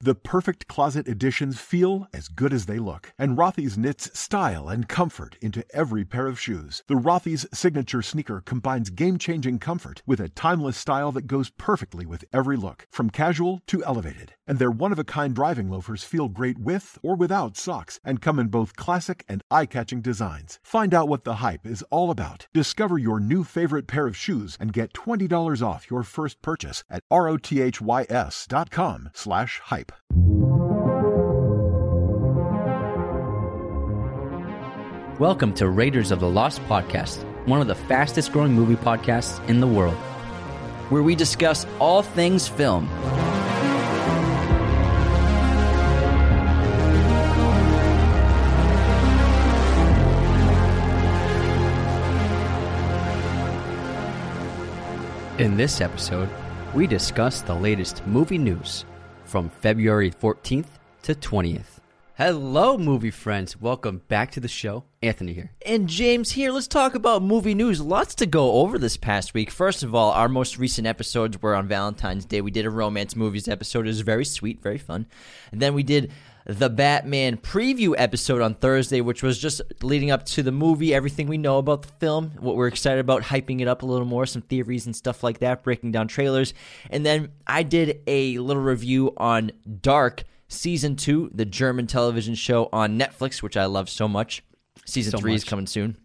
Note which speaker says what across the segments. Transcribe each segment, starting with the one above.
Speaker 1: The perfect closet editions feel as good as they look, and Rothy's knits style and comfort into every pair of shoes. The Rothy's signature sneaker combines game changing comfort with a timeless style that goes perfectly with every look, from casual to elevated. And their one of a kind driving loafers feel great with or without socks and come in both classic and eye catching designs. Find out what the hype is all about. Discover your new favorite pair of shoes and get $20 off your first purchase at rothys.com slash hype.
Speaker 2: Welcome to Raiders of the Lost Podcast, one of the fastest growing movie podcasts in the world.
Speaker 3: where we discuss all things film.
Speaker 2: In this episode, we discuss the latest movie news from February 14th to 20th. Hello, movie friends. Welcome back to the show. Anthony here.
Speaker 3: And James here, let's talk about movie news. Lots to go over this past week. First of all, our most recent episodes were on Valentine's Day. We did a romance movies episode. It was very sweet, very fun. And then we did the Batman preview episode on Thursday, which was just leading up to the movie, everything we know about the film, what we're excited about, hyping it up a little more, some theories and stuff like that, breaking down trailers. And then I did a little review on Dark Season 2, the German television show on Netflix, which I love so much. Season
Speaker 2: So
Speaker 3: 3 is
Speaker 2: much.
Speaker 3: coming soon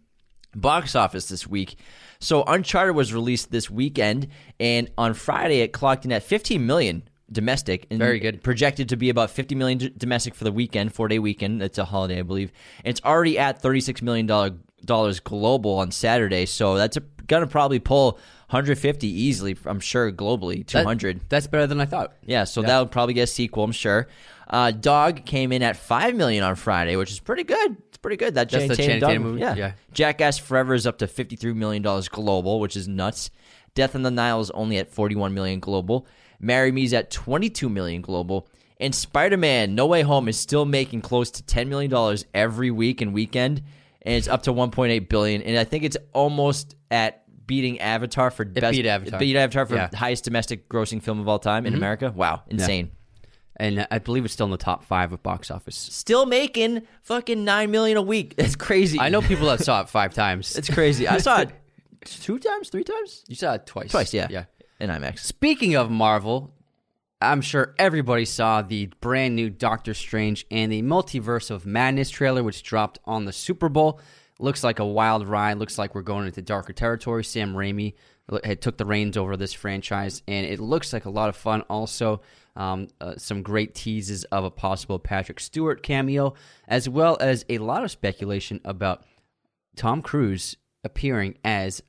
Speaker 3: box office this week. So Uncharted was released this weekend, and on Friday it clocked in at 15 million domestic. And
Speaker 2: Very good.
Speaker 3: Projected to be about 50 million d- domestic for the weekend, four day weekend. It's a holiday, I believe. And it's already at 36 million dollar dollars global on Saturday. So that's a, gonna probably pull 150 easily. I'm sure globally
Speaker 2: That-
Speaker 3: 200.
Speaker 2: that's better than I thought.
Speaker 3: Yeah, so that'll probably get a sequel, I'm sure. Uh, Dog came in at five million on Friday, which is pretty good. It's pretty good. That
Speaker 2: That's
Speaker 3: Channing
Speaker 2: the
Speaker 3: Tatum
Speaker 2: Channing Tatum
Speaker 3: Dog-
Speaker 2: movie?
Speaker 3: Yeah.
Speaker 2: Yeah.
Speaker 3: Jackass Forever is up to fifty three million dollars global, which is nuts. Death on the Nile is only at forty one million global. Marry Me's at twenty two million global. And Spider Man No Way Home is still making close to ten million dollars every week and weekend, and it's up to one point eight billion. And I think it's almost at beating Avatar for best
Speaker 2: beat Avatar.
Speaker 3: beat Avatar for
Speaker 2: Yeah. Mm-hmm.
Speaker 3: highest domestic grossing film of all time in America. Wow, insane.
Speaker 2: And I believe it's still in the top five of box office.
Speaker 3: Still making fucking nine million a week. It's crazy.
Speaker 2: I know people that saw it five times.
Speaker 3: it's crazy. I saw it two times, three times,
Speaker 2: you saw it twice.
Speaker 3: twice. Yeah,
Speaker 2: Yeah.
Speaker 3: in IMAX.
Speaker 2: Speaking of Marvel, I'm sure everybody saw the brand new Doctor Strange and the Multiverse of Madness trailer, which dropped on the Super Bowl. Looks like a wild ride. Looks like we're going into darker territory. Sam Raimi uh, had took the reins over this franchise, and it looks like a lot of fun. Also, um, uh, some great teases of a possible Patrick Stewart cameo, as well as a lot of speculation about Tom Cruise appearing as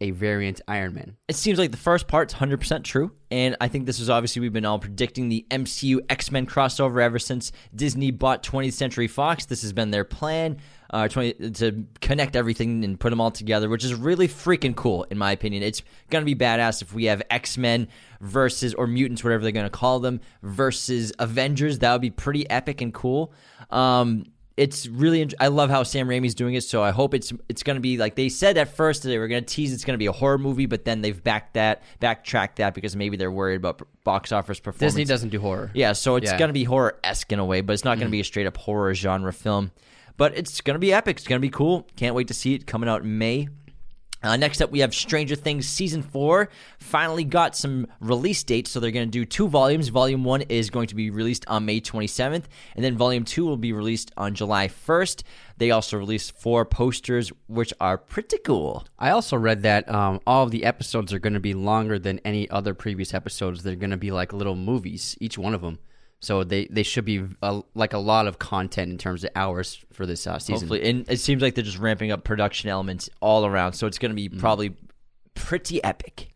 Speaker 2: a variant Iron Man.
Speaker 3: It seems like the first part's hundred percent true, and I think this is obviously we've been all predicting the MCU X Men crossover ever since Disney bought 20th Century Fox. This has been their plan uh, 20, to connect everything and put them all together, which is really freaking cool in my opinion. It's gonna be badass if we have X Men versus or mutants, whatever they're gonna call them, versus Avengers. That would be pretty epic and cool. Um, it's really int- I love how Sam Raimi's doing it. So I hope it's it's going to be like they said at first that they were going to tease it's going to be a horror movie, but then they've backed that backtracked that because maybe they're worried about p- box office performance.
Speaker 2: Disney doesn't do horror.
Speaker 3: Yeah, so it's
Speaker 2: Yeah.
Speaker 3: going to be horror esque in a way, but it's not going to be a straight up horror genre film. But it's going to be epic. It's going to be cool. Can't wait to see it coming out in May. Uh, next up, we have Stranger Things Season 4. Finally got some release dates, so they're going to do two volumes. Volume 1 is going to be released on May 27th, and then Volume 2 will be released on July 1st. They also released four posters, which are pretty cool.
Speaker 2: I also read that um, all of the episodes are going to be longer than any other previous episodes. They're going to be like little movies, each one of them. So they, they should be uh like a lot of content in terms of hours for this uh, season.
Speaker 3: Hopefully, and it seems like they're just ramping up production elements all around, so it's going to be probably pretty epic.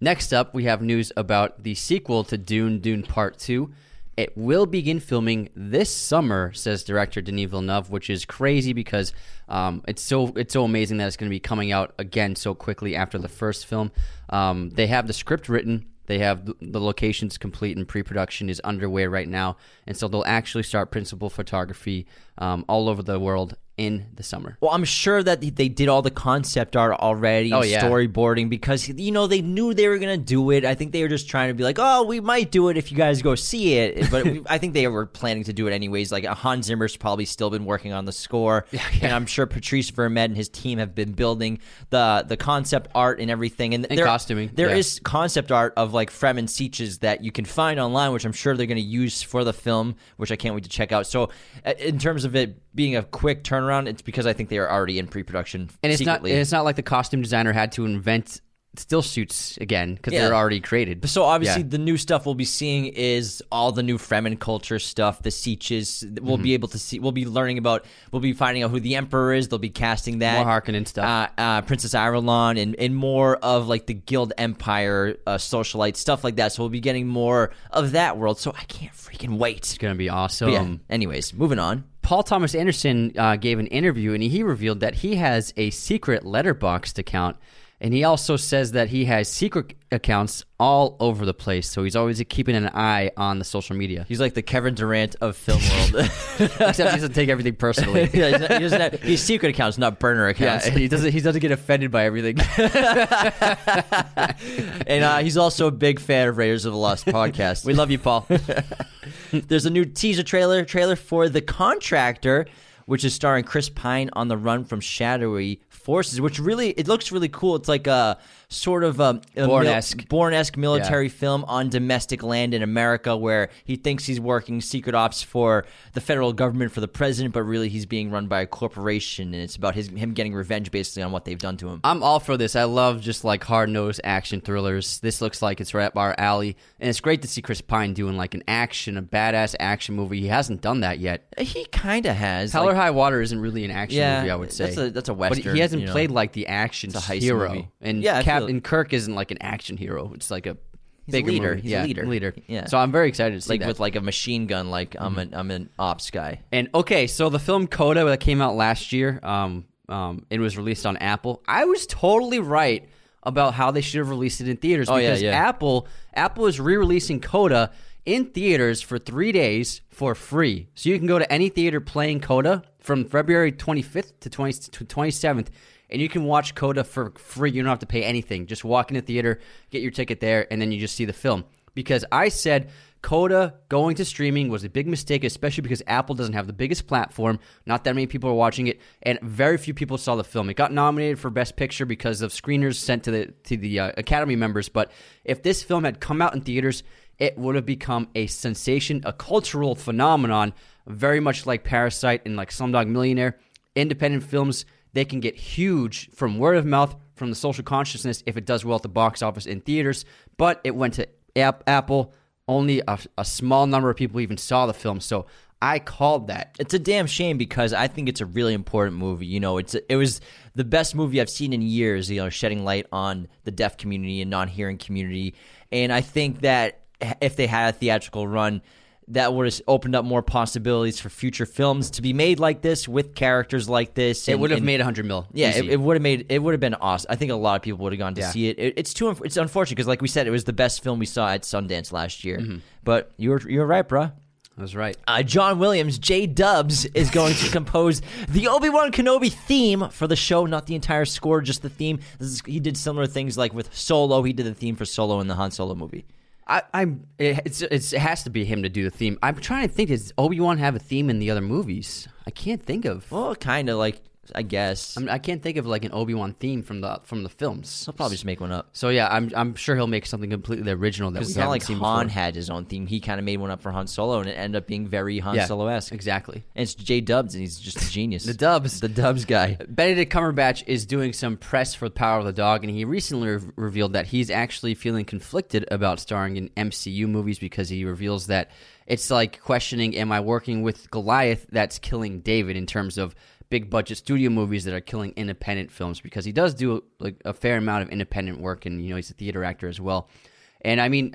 Speaker 2: Next up, we have news about the sequel to Dune, Dune Part 2. It will begin filming this summer, says director Denis Villeneuve, which is crazy because um, it's so it's so amazing that it's going to be coming out again so quickly after the first film. Um, they have the script written, they have th- the locations complete, and pre-production is underway right now, and so they'll actually start principal photography um, all over the world in the summer.
Speaker 3: Well, I'm sure that they did all the concept art already,
Speaker 2: Oh,
Speaker 3: and
Speaker 2: yeah.
Speaker 3: storyboarding, because you know they knew they were gonna do it. I think they were just trying to be like, "Oh, we might do it if you guys go see it." But we, I think they were planning to do it anyways. Like uh, Hans Zimmer's probably still been working on the score, and I'm sure Patrice Vermette and his team have been building the the concept art and everything, and,
Speaker 2: costuming,
Speaker 3: There is
Speaker 2: yeah.
Speaker 3: concept art of like Fremen Sieges that you can find online, which I'm sure they're going to use for the film, which I can't wait to check out. So, uh, in terms of it being a quick turnaround, it's because I think they are already in pre-production
Speaker 2: And it's
Speaker 3: secretly.
Speaker 2: not and it's not like the costume designer had to invent still suits again because
Speaker 3: Yeah.
Speaker 2: they're already created.
Speaker 3: so obviously,
Speaker 2: Yeah.
Speaker 3: the new stuff we'll be seeing is all the new Fremen culture stuff. The Sieges we'll
Speaker 2: Mm-hmm.
Speaker 3: be able to see. We'll be learning about. We'll be finding out who the emperor is. They'll be casting that.
Speaker 2: Harkin and stuff.
Speaker 3: uh, uh, Princess Irulan and, and more of like the Guild Empire uh, socialite stuff like that. So we'll be getting more of that world. So I can't freaking wait.
Speaker 2: It's gonna be awesome.
Speaker 3: But yeah. anyways, moving on.
Speaker 2: Paul Thomas Anderson uh, gave an interview and he revealed that he has a secret letterboxd account. And he also says that he has secret accounts all over the place. So he's always keeping an eye on the social media.
Speaker 3: He's like the Kevin Durant of film world.
Speaker 2: Except he doesn't take everything personally.
Speaker 3: yeah, he's, not, he doesn't have, he's secret accounts, not burner accounts.
Speaker 2: Yeah, he doesn't. He doesn't get offended by everything.
Speaker 3: And uh, he's also a big fan of Raiders of the Lost podcast.
Speaker 2: we love you, Paul.
Speaker 3: There's a new teaser trailer trailer for The Contractor, which is starring Chris Pine on the run from shadowy forces, which really it looks really cool. It's like a sort of um, a
Speaker 2: Bourne-esque.
Speaker 3: Bourne-esque military film on domestic land in America, where he thinks he's working secret ops for the federal government for the president, but really he's being run by a corporation, and it's about his him getting revenge basically on what they've done to him.
Speaker 2: I'm all for this. I love just like hard nosed action thrillers. This looks like it's right up our alley, and it's great to see Chris Pine doing like an action, a badass action movie. He hasn't done that yet.
Speaker 3: He kind of has.
Speaker 2: Hell
Speaker 3: like-
Speaker 2: or High Water isn't really an action
Speaker 3: Yeah,
Speaker 2: movie, I would say.
Speaker 3: that's a- that's a
Speaker 2: But
Speaker 3: western,
Speaker 2: he hasn't
Speaker 3: you know.
Speaker 2: played like the action
Speaker 3: a heist
Speaker 2: hero,
Speaker 3: movie.
Speaker 2: and
Speaker 3: Yeah, I feel-
Speaker 2: Captain Kirk isn't like an action hero. It's like a
Speaker 3: a
Speaker 2: bigger
Speaker 3: leader.
Speaker 2: movie.
Speaker 3: He's a
Speaker 2: yeah,
Speaker 3: leader. Yeah.
Speaker 2: So I'm very excited to see
Speaker 3: like
Speaker 2: that.
Speaker 3: with like a machine gun, like I'm an I'm an ops guy.
Speaker 2: And okay, so the film Coda that came out last year, um, um, it was released on Apple. I was totally right about how they should have released it in theaters
Speaker 3: Oh, yeah,
Speaker 2: because
Speaker 3: yeah.
Speaker 2: Apple Apple is re-releasing Coda in theaters for three days for free. So you can go to any theater playing Coda from February 25th to 20, to 27th, and you can watch Coda for free. You don't have to pay anything. Just walk in the theater, get your ticket there, and then you just see the film. Because I said Coda going to streaming was a big mistake, especially because Apple doesn't have the biggest platform. Not that many people are watching it, and very few people saw the film. It got nominated for Best Picture because of screeners sent to the to the uh, Academy members. But if this film had come out in theaters, it would have become a sensation, a cultural phenomenon, very much like Parasite and like Slumdog Millionaire. Independent films they can get huge from word of mouth, from the social consciousness if it does well at the box office in theaters. But it went to App- Apple. Only a, a small number of people even saw the film, so I called that.
Speaker 3: It's a damn shame because I think it's a really important movie. You know, it's it was the best movie I've seen in years. You know, shedding light on the deaf community and non-hearing community, and I think that if they had a theatrical run, that would have opened up more possibilities for future films to be made like this with characters like this.
Speaker 2: It
Speaker 3: and-
Speaker 2: would have
Speaker 3: and-
Speaker 2: made 100 mil.
Speaker 3: Yeah,
Speaker 2: easy.
Speaker 3: it, it would have made it would have been awesome. I think a lot of people would have gone to
Speaker 2: Yeah.
Speaker 3: see it. it. It's too unf- it's unfortunate because, like we said, it was the best film we saw at Sundance last year.
Speaker 2: Mm-hmm.
Speaker 3: But you're you're right, bruh
Speaker 2: That's right.
Speaker 3: uh, John Williams, J Dubs, is going to compose the Obi Wan Kenobi theme for the show, not the entire score, just the theme. This is, he did similar things like with Solo. He did the theme for Solo in the Han Solo movie.
Speaker 2: I, I'm. It, it's, it's, it has to be him to do the theme. I'm trying to think. Does Obi Wan have a theme in the other movies? I can't think of.
Speaker 3: Well, kind of like, I guess.
Speaker 2: I, mean, I can't think of like an Obi Wan theme from the from the films.
Speaker 3: I'll probably just make one up.
Speaker 2: So yeah, I'm I'm sure he'll make something completely original that we
Speaker 3: It's
Speaker 2: haven't
Speaker 3: not like
Speaker 2: seen
Speaker 3: Han
Speaker 2: before.
Speaker 3: had his own theme. He kind of made one up for Han Solo, and it ended up being very Han
Speaker 2: Yeah,
Speaker 3: Solo esque.
Speaker 2: exactly.
Speaker 3: And it's J Dubs, and he's just a genius.
Speaker 2: The Dubs.
Speaker 3: The Dubs guy.
Speaker 2: Benedict Cumberbatch is doing some press for Power of the Dog, and he recently re- revealed that he's actually feeling conflicted about starring in MCU movies because he reveals that it's like questioning, am I working with Goliath that's killing David in terms of big budget studio movies that are killing independent films because he does do like a fair amount of independent work, and you know he's a theater actor as well. And I mean,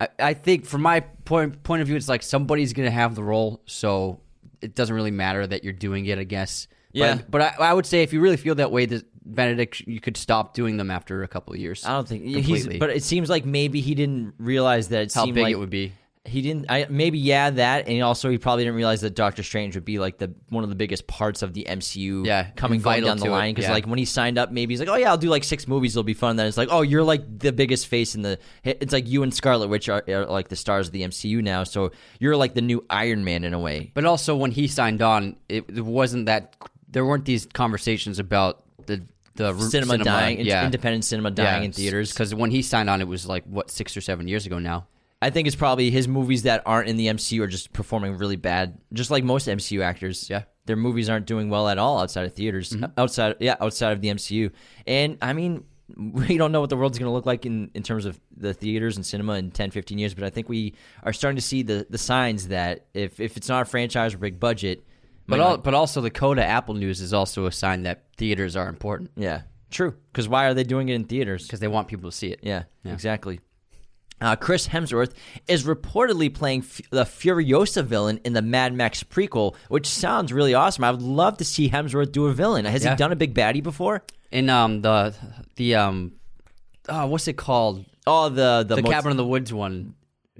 Speaker 2: I, I think from my point point of view, it's like somebody's gonna have the role, so it doesn't really matter that you're doing it. I guess.
Speaker 3: Yeah.
Speaker 2: But, but I, I would say if you really feel that way, that Benedict, you could stop doing them after a couple of years.
Speaker 3: I don't think he's.
Speaker 2: completely.
Speaker 3: But it seems like maybe he didn't realize that it
Speaker 2: how
Speaker 3: seemed
Speaker 2: big
Speaker 3: like
Speaker 2: it would be.
Speaker 3: He didn't. I, maybe yeah, that, and also he probably didn't realize that Doctor Strange would be like the one of the biggest parts of the MCU.
Speaker 2: Yeah,
Speaker 3: coming going
Speaker 2: vital
Speaker 3: down the
Speaker 2: to it,
Speaker 3: line because
Speaker 2: yeah.
Speaker 3: like when he signed up, maybe he's like, oh yeah, I'll do like six movies. It'll be fun. Then it's like, oh, you're like the biggest face in the. It's like you and Scarlet Witch are, are like the stars of the MCU now. So you're like the new Iron Man in a way.
Speaker 2: But also, when he signed on, it, it wasn't that there weren't these conversations about the the r-
Speaker 3: Cinema, dying,
Speaker 2: yeah,
Speaker 3: independent cinema dying in theaters.
Speaker 2: Because when he signed on, it was like what six or seven years ago now.
Speaker 3: I think it's probably his movies that aren't in the MCU are just performing really bad, just like most MCU actors.
Speaker 2: Yeah.
Speaker 3: their movies aren't doing well at all outside of theaters, outside yeah, outside of the MCU. And I mean, we don't know what the world's going to look like in in terms of the theaters and cinema in 10, 15 years, but I think we are starting to see the the signs that if if it's not a franchise or big budget,
Speaker 2: But
Speaker 3: might
Speaker 2: all,
Speaker 3: not-
Speaker 2: but also, the Coda Apple News is also a sign that theaters are important
Speaker 3: yeah, true. Because why are they doing it in theaters?
Speaker 2: because they want people to see it.
Speaker 3: Yeah, exactly. Uh, Chris Hemsworth is reportedly playing F- the Furiosa villain in the Mad Max prequel, which sounds really awesome. I would love to see Hemsworth do a villain. Has
Speaker 2: Yeah.
Speaker 3: he done a big baddie before?
Speaker 2: In um the the um, oh, what's it called?
Speaker 3: Oh, the the,
Speaker 2: The
Speaker 3: mot-
Speaker 2: Cabin in the Woods one.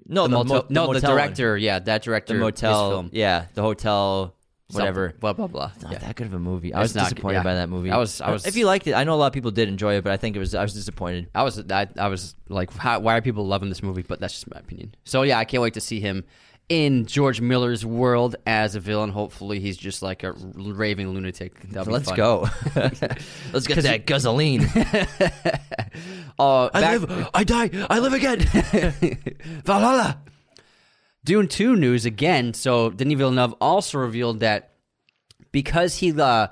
Speaker 3: No, the,
Speaker 2: motel,
Speaker 3: mo-
Speaker 2: no, the,
Speaker 3: motel one.
Speaker 2: director. Yeah, that director.
Speaker 3: the
Speaker 2: his
Speaker 3: motel.
Speaker 2: film.
Speaker 3: Yeah, the hotel, whatever.
Speaker 2: Something, Blah blah blah.
Speaker 3: Not
Speaker 2: Yeah.
Speaker 3: that good of a movie. I
Speaker 2: It's
Speaker 3: was
Speaker 2: not good,
Speaker 3: disappointed
Speaker 2: yeah.
Speaker 3: by that movie. Uh,
Speaker 2: I was- I was-
Speaker 3: If you liked it, I know a lot of people did enjoy it, but I think it was. I was disappointed.
Speaker 2: I was I, I was like, how, why are people loving this movie? But that's just my opinion. So yeah, I can't wait to see him in George Miller's world as a villain. Hopefully, he's just like a raving lunatic. That'll be
Speaker 3: Let's
Speaker 2: fun.
Speaker 3: go. Let's get that gasoline.
Speaker 2: Uh,
Speaker 3: I
Speaker 2: back-
Speaker 3: live. I die. I live again.
Speaker 2: Valhalla. Dune 2 news again. So Denis Villeneuve also revealed that because he uh,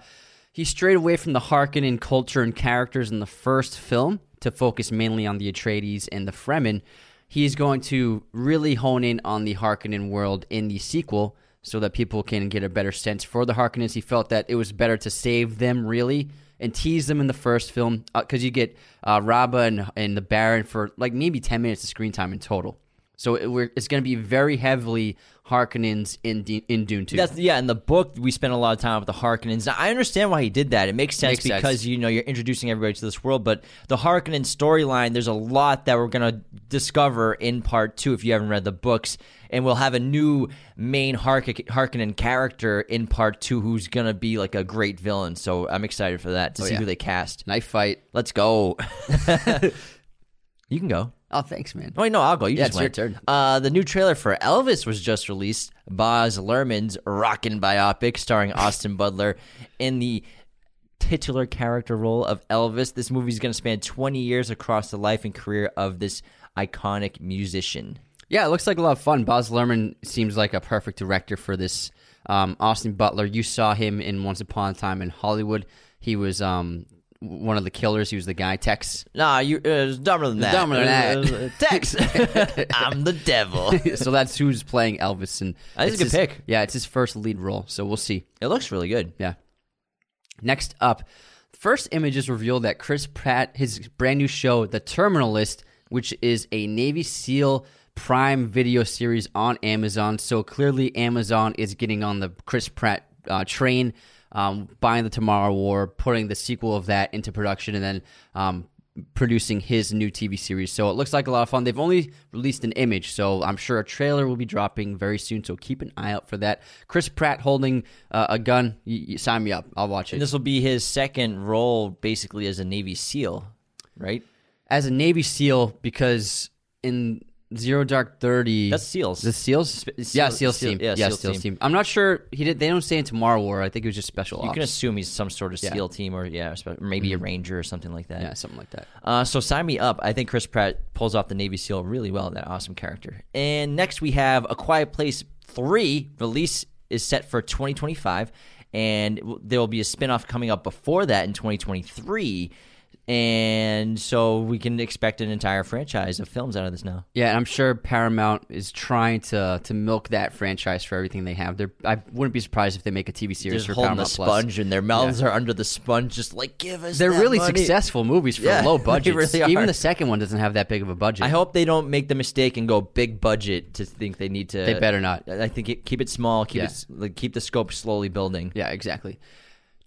Speaker 2: he strayed away from the Harkonnen culture and characters in the first film to focus mainly on the Atreides and the Fremen, he's going to really hone in on the Harkonnen world in the sequel so that people can get a better sense for the Harkonnens. He felt that it was better to save them really and tease them in the first film because you get uh, Rabba and, and the Baron for like maybe 10 minutes of screen time in total. So it, we're, it's going to be very heavily Harkonnens in, D- in Dune 2.
Speaker 3: That's yeah. In the book, we spent a lot of time with the Harkonnens. Now, I understand why he did that. It makes sense
Speaker 2: Makes sense.
Speaker 3: because you know you're introducing everybody to this world. But the Harkonnen storyline, there's a lot that we're gonna discover in part two if you haven't read the books, and we'll have a new main Hark- Harkonnen character in part two who's gonna be like a great villain. So I'm excited for that to see
Speaker 2: Oh, yeah.
Speaker 3: who they cast.
Speaker 2: Knife fight.
Speaker 3: Let's go. you can go.
Speaker 2: Oh, thanks, man.
Speaker 3: Oh, wait, no, I'll go. You
Speaker 2: Yeah,
Speaker 3: just
Speaker 2: it's your
Speaker 3: went.
Speaker 2: turn.
Speaker 3: Uh, the new trailer for Elvis was just released. Boz Lerman's Rockin' Biopic, starring Austin Butler in the titular character role of Elvis. This movie is going to span 20 years across the life and career of this iconic musician.
Speaker 2: Yeah, it looks like a lot of fun. Boz Lerman seems like a perfect director for this. Um, Austin Butler, you saw him in Once Upon a Time in Hollywood. He was um, w- one of the killers. He was the guy Tex.
Speaker 3: Nah, you uh, it's dumber than that.
Speaker 2: dumber than that.
Speaker 3: It was- it was- Tex, I'm the devil.
Speaker 2: so that's who's playing Elvis. And
Speaker 3: That's a
Speaker 2: it's
Speaker 3: good
Speaker 2: his-
Speaker 3: pick.
Speaker 2: Yeah, it's his first lead role, so we'll see.
Speaker 3: It looks really good.
Speaker 2: Yeah. Next up, first images reveal that Chris Pratt, his brand new show, The Terminalist, which is a Navy SEAL Prime video series on Amazon. So clearly, Amazon is getting on the Chris Pratt uh, train, um, buying The Tomorrow War, putting the sequel of that into production, and then um, producing his new TV series. So it looks like a lot of fun. They've only released an image, so I'm sure a trailer will be dropping very soon. So keep an eye out for that. Chris Pratt holding uh, a gun. You, you sign me up. I'll watch it.
Speaker 3: And this will be his second role, basically as a Navy SEAL, right?
Speaker 2: As a Navy SEAL, because in Zero Dark Thirty,
Speaker 3: That's SEALs.
Speaker 2: The SEALs, yeah, SEALs
Speaker 3: Seal-
Speaker 2: team,
Speaker 3: yeah,
Speaker 2: yeah,
Speaker 3: SEAL
Speaker 2: SEALs team. I'm not sure he did. They don't say in Tomorrow War. I think it was just Special
Speaker 3: You
Speaker 2: Ops. Mm-hmm.
Speaker 3: can assume he's some sort of SEAL team or yeah, or spe- maybe a ranger or something like that.
Speaker 2: yeah, something like that.
Speaker 3: Uh, so sign me up. I think Chris Pratt pulls off the Navy SEAL really well. That awesome character. And next we have A Quiet Place Three. Release is set for 2025, and w- there will be a spinoff coming up before that in 2023. And so we can expect an entire franchise of films out of this now.
Speaker 2: Yeah, and I'm sure Paramount is trying to to milk that franchise for everything they have. They're, I wouldn't be surprised if they make a TV series
Speaker 3: Just
Speaker 2: for
Speaker 3: holding the
Speaker 2: Paramount Plus.
Speaker 3: sponge, and their mouths are under the sponge, just like give us.
Speaker 2: They're
Speaker 3: that
Speaker 2: really
Speaker 3: money."
Speaker 2: successful movies for
Speaker 3: Yeah,
Speaker 2: low
Speaker 3: they
Speaker 2: budgets.
Speaker 3: really
Speaker 2: Even
Speaker 3: are.
Speaker 2: the second one doesn't have that big of a budget.
Speaker 3: I hope they don't make the mistake and go big budget to think they need to.
Speaker 2: They better not.
Speaker 3: I think it, keep it small. Keep
Speaker 2: Yeah.
Speaker 3: it s- like, keep the scope slowly building.
Speaker 2: Yeah, exactly.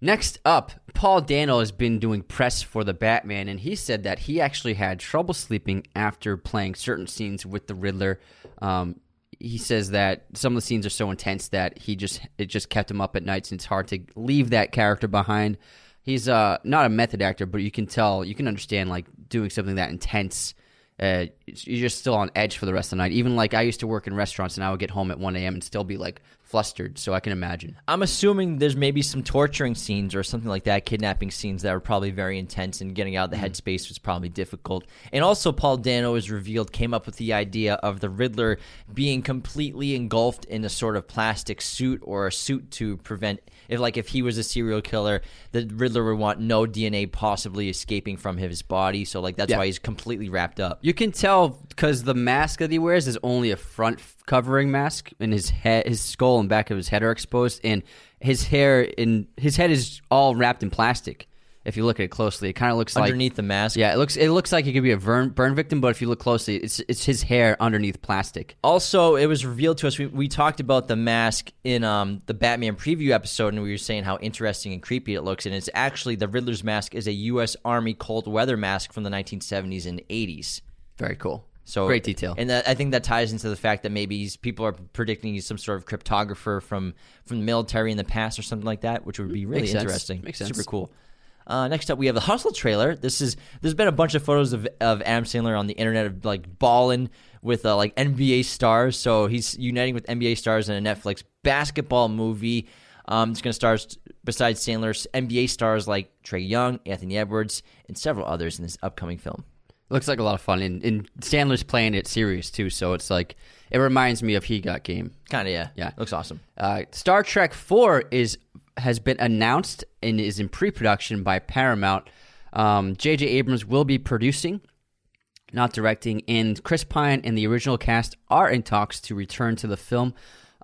Speaker 2: Next up, Paul Dano has been doing press for the Batman, and he said that he actually had trouble sleeping after playing certain scenes with the Riddler. Um, he says that some of the scenes are so intense that he just it just kept him up at nights and it's hard to leave that character behind. He's uh not a method actor, but you can tell you can understand like doing something that intense. Uh, you're just still on edge for the rest of the night. Even like I used to work in restaurants, and I would get home at 1 a.m. and still be like flustered. So I can imagine.
Speaker 3: I'm assuming there's maybe some torturing scenes or something like that, kidnapping scenes that were probably very intense, and getting out of the headspace was probably difficult. And also, Paul Dano is revealed came up with the idea of the Riddler being completely engulfed in a sort of plastic suit or a suit to prevent, if like if he was a serial killer, the Riddler would want no DNA possibly escaping from his body. So like that's
Speaker 2: Yeah.
Speaker 3: why he's completely wrapped up.
Speaker 2: You can tell because the mask that he wears is only a front f- covering mask, and his head, his skull, and back of his head are exposed, and his hair and his head is all wrapped in plastic. If you look at it closely, it kind of looks
Speaker 3: Underneath the mask,
Speaker 2: like yeah, it looks it looks like he could be a burn, burn victim, but if you look closely, it's it's his hair underneath plastic.
Speaker 3: also it was revealed to us we, we talked about the mask in um, the batman preview episode and we were saying how interesting and creepy it looks and it's actually the riddler's mask is a u.s army cold weather mask from the 1970s and 80s
Speaker 2: Very cool.
Speaker 3: so
Speaker 2: great detail.
Speaker 3: and that, i think that ties into the fact that maybe he's, people are predicting he's some sort of cryptographer from from the military in the past or something like that which would be really
Speaker 2: Mm, Makes sense.
Speaker 3: interesting
Speaker 2: Makes sense.
Speaker 3: super cool uh, next up, we have the Hustle trailer. This is there's been a bunch of photos of of Adam Sandler on the internet of like balling with uh, like NBA stars. So he's uniting with NBA stars in a Netflix basketball movie. Um, it's going to star besides Sandler's NBA stars like Trey Young, Anthony Edwards, and several others in this upcoming film.
Speaker 2: looks like a lot of fun, and, and Sandler's playing it serious too. So it's like it reminds me of He Got Game.
Speaker 3: Kind of yeah,
Speaker 2: Yeah.
Speaker 3: looks awesome.
Speaker 2: Uh, Star Trek Four is has been announced and is in pre-production by Paramount. Um, J.J. Abrams will be producing, not directing, and Chris Pine and the original cast are in talks to return to the film.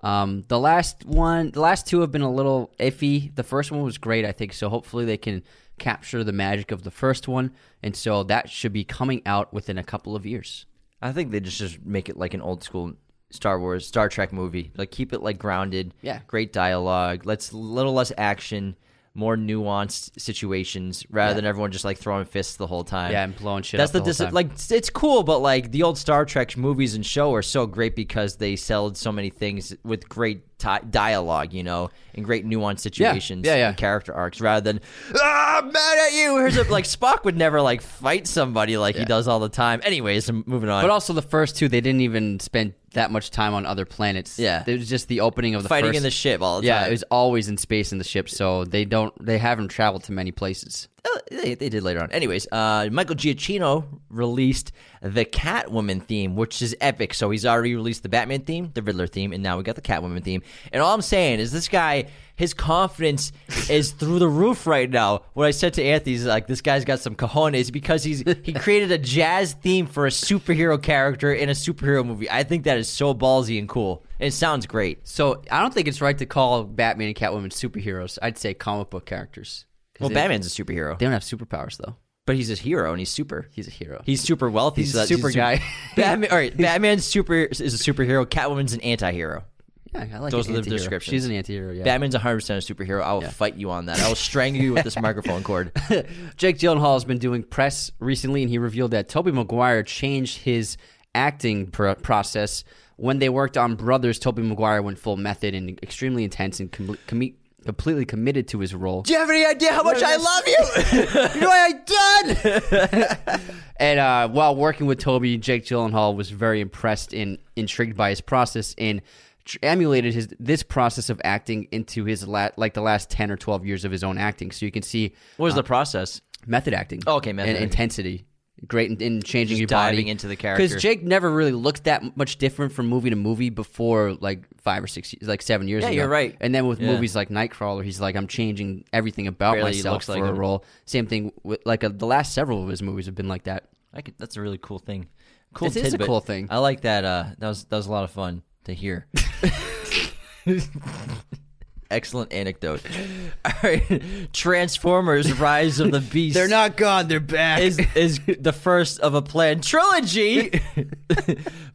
Speaker 2: Um, the last one, the last two have been a little iffy. The first one was great, I think, so hopefully they can capture the magic of the first one, and so that should be coming out within a couple of years.
Speaker 3: I think they just just make it like an old school Star Wars, Star Trek movie. Like keep it like grounded.
Speaker 2: Yeah.
Speaker 3: Great dialogue. Let's a little less action, more nuanced situations rather than everyone just like throwing fists the whole time.
Speaker 2: Yeah, and blowing shit
Speaker 3: That's
Speaker 2: up
Speaker 3: the,
Speaker 2: the whole
Speaker 3: dis-
Speaker 2: time.
Speaker 3: like it's- it's cool, but like the old Star Trek movies and show are so great because they sold so many things with great ti dialogue, you know, and great nuanced situations,
Speaker 2: Yeah, yeah.
Speaker 3: and character arcs, rather than ah, I'm mad at you. Here's a, like Spock would never like fight somebody like he does all the time. Anyways, I'm moving on.
Speaker 2: But also the first two, they didn't even spend that much time on other planets.
Speaker 3: Yeah.
Speaker 2: it was just the opening of the
Speaker 3: fighting
Speaker 2: first,
Speaker 3: in the ship all the
Speaker 2: yeah,
Speaker 3: time.
Speaker 2: it was always in space in the ship, so they don't they haven't traveled to many places.
Speaker 3: Uh, they, they did later on. Anyways, uh, Michael Giacchino released the Catwoman theme, which is epic. So he's already released the Batman theme, the Riddler theme, and now we got the Catwoman theme. And all I'm saying is this guy, his confidence is through the roof right now. What I said to Anthony is like, this guy's got some cojones because he's he created a jazz theme for a superhero character in a superhero movie. I think that is so ballsy and cool. It sounds great.
Speaker 2: So I don't think it's right to call Batman and Catwoman superheroes. I'd say comic book characters. 'Cause
Speaker 3: Well,
Speaker 2: they,
Speaker 3: Batman's a superhero,
Speaker 2: they don't have superpowers though.
Speaker 3: but he's a hero and he's super.
Speaker 2: He's a hero.
Speaker 3: He's super wealthy.
Speaker 2: He's
Speaker 3: so
Speaker 2: a
Speaker 3: that's-
Speaker 2: super guy.
Speaker 3: Batman. All right, Batman's super is a superhero. Catwoman's an antihero.
Speaker 2: yeah, I like
Speaker 3: those
Speaker 2: an
Speaker 3: are the
Speaker 2: antihero.
Speaker 3: descriptions.
Speaker 2: She's an antihero. Yeah.
Speaker 3: Batman's 100 percent a superhero. I will fight you on that. I will strangle you with this microphone cord.
Speaker 2: Jake Gyllenhaal has been doing press recently, and he revealed that Toby Maguire changed his acting pr- process when they worked on Brothers. Toby Maguire went full method and extremely intense and com- commi- completely committed to his role.
Speaker 3: Do you have any idea how much I love you? you know what I done?
Speaker 2: And uh, while working with Toby, Jake Gyllenhaal was very impressed and intrigued by his process and tr- emulated his this process of acting into his la- like the last ten or twelve years of his own acting. So you can see
Speaker 3: What was the process?
Speaker 2: method acting.
Speaker 3: Oh, okay, method
Speaker 2: and
Speaker 3: acting.
Speaker 2: intensity. Great in, in changing your body,
Speaker 3: diving into the character.
Speaker 2: Because Jake never really looked that much different from movie to movie before, like five or six, like seven years
Speaker 3: Yeah,
Speaker 2: ago.
Speaker 3: you're right.
Speaker 2: And then with
Speaker 3: Yeah.
Speaker 2: movies like Nightcrawler, he's like, I'm changing everything about
Speaker 3: Barely
Speaker 2: myself
Speaker 3: looks
Speaker 2: for
Speaker 3: like
Speaker 2: a
Speaker 3: him.
Speaker 2: role. Same thing with like uh the last several of his movies have been like that.
Speaker 3: I could, that's a really cool thing. Cool.
Speaker 2: It is a
Speaker 3: tidbit.
Speaker 2: cool thing.
Speaker 3: I like that. Uh, that was that was a lot of fun to hear. Excellent anecdote. All right, Transformers: Rise of the Beast.
Speaker 2: not gone. They're back.
Speaker 3: is is the first of a planned trilogy.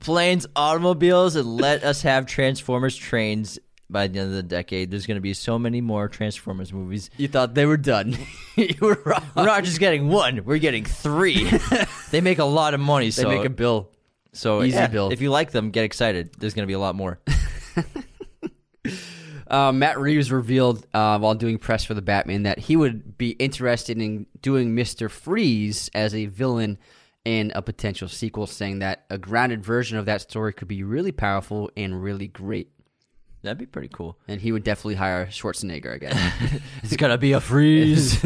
Speaker 3: Planes, automobiles, and let us have Transformers trains by the end of the decade. There's going to be so many more Transformers movies.
Speaker 2: you thought they were done. you were wrong.
Speaker 3: We're not just getting one; we're getting three. they make a lot of money,
Speaker 2: They
Speaker 3: so
Speaker 2: make a bill.
Speaker 3: So
Speaker 2: Easy
Speaker 3: yeah,
Speaker 2: build.
Speaker 3: If you like them, get excited. There's going to be a lot more.
Speaker 2: Uh, Matt Reeves revealed uh, while doing press for the Batman that he would be interested in doing Mister Freeze as a villain in a potential sequel, saying that a grounded version of that story could be really powerful and really great.
Speaker 3: That'd be pretty cool.
Speaker 2: And he would definitely hire Schwarzenegger, I guess.
Speaker 3: It's gonna be a freeze.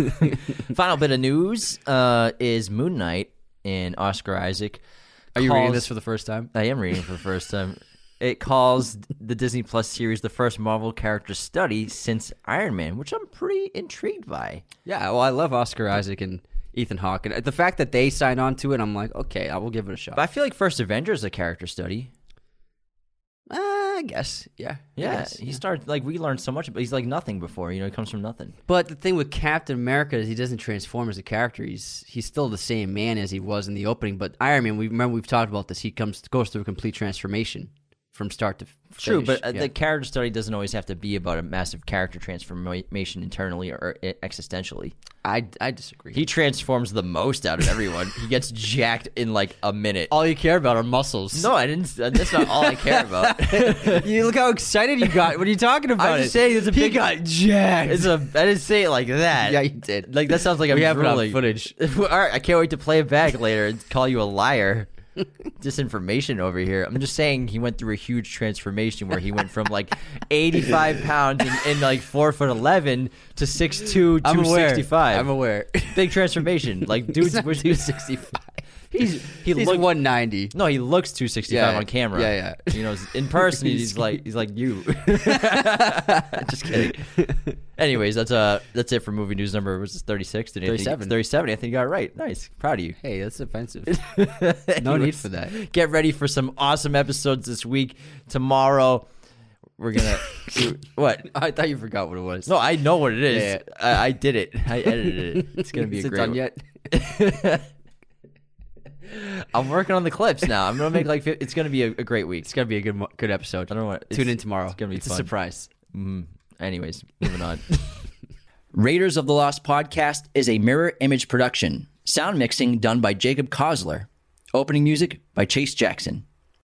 Speaker 3: Final bit of news uh, is Moon Knight and Oscar Isaac.
Speaker 2: Are you reading
Speaker 3: calls-
Speaker 2: this for the first time?
Speaker 3: I am reading it for the first time. It calls the Disney Plus series the first Marvel character study since Iron Man, which I'm pretty intrigued by.
Speaker 2: Yeah, well, I love Oscar Isaac and Ethan Hawke, and the fact that they signed on to it, I'm like, okay, I will give it a shot.
Speaker 3: But I feel like First Avenger is a character study.
Speaker 2: Uh, I guess, yeah, I
Speaker 3: Yeah,
Speaker 2: guess,
Speaker 3: he started like we learned so much, but he's like nothing before. You know, he comes from nothing.
Speaker 2: But the thing with Captain America is he doesn't transform as a character. He's he's still the same man as he was in the opening. But Iron Man, we remember we've talked about this. He comes goes through a complete transformation from start to finish.
Speaker 3: True, but uh
Speaker 2: Yeah.
Speaker 3: the character study doesn't always have to be about a massive character transformation internally or uh, existentially.
Speaker 2: I I disagree.
Speaker 3: He transforms the most out of everyone. he gets jacked in like a minute.
Speaker 2: all you care about are muscles.
Speaker 3: No, I didn't. That's not all I care about.
Speaker 2: you look how excited you got. What are you talking about?
Speaker 3: I'm just saying it's a
Speaker 2: he
Speaker 3: big-
Speaker 2: got jacked.
Speaker 3: It's a. I didn't say it like that.
Speaker 2: yeah, you did.
Speaker 3: Like that sounds like I'm
Speaker 2: we have it on
Speaker 3: drooling.
Speaker 2: footage.
Speaker 3: All right, I can't wait to play it back later and call you a liar. Disinformation over here. I'm just saying he went through a huge transformation where he went from like 85 pounds and, and like four foot 11 to 6'2",
Speaker 2: I'm aware.
Speaker 3: 265.
Speaker 2: I'm aware.
Speaker 3: Big transformation. Like dude's
Speaker 2: He's not
Speaker 3: was-
Speaker 2: 265.
Speaker 3: He's he
Speaker 2: He's
Speaker 3: looked
Speaker 2: 190.
Speaker 3: no, he looks 265
Speaker 2: Yeah,
Speaker 3: on camera.
Speaker 2: yeah, yeah.
Speaker 3: You know, in person he's, like he's like you. Just kidding. Anyways, that's uh that's it for movie news number was this 36 Did Anthony-
Speaker 2: 37.
Speaker 3: 37. Anthony got it right. Nice. Proud of you.
Speaker 2: Hey, that's offensive. No
Speaker 3: Anyways,
Speaker 2: need for that.
Speaker 3: Get ready for some awesome episodes this week. Tomorrow we're going to what?
Speaker 2: I thought you forgot what it was.
Speaker 3: No, I know what it is.
Speaker 2: Yeah.
Speaker 3: I, I did it. I edited it. It's going to be
Speaker 2: Is
Speaker 3: a
Speaker 2: it
Speaker 3: great
Speaker 2: done
Speaker 3: one.
Speaker 2: yet?
Speaker 3: I'm working on the clips now. I'm going to make like fif- it's going to be a, a great week.
Speaker 2: It's gonna be a good mo- good episode.
Speaker 3: I don't want
Speaker 2: Tune in tomorrow.
Speaker 3: It's going to be
Speaker 2: it's
Speaker 3: fun.
Speaker 2: a surprise.
Speaker 3: Mm, anyways, moving on.
Speaker 4: Raiders of the Lost podcast is a mirror image production. Sound mixing done by Jacob Kosler. Opening music by Chase Jackson.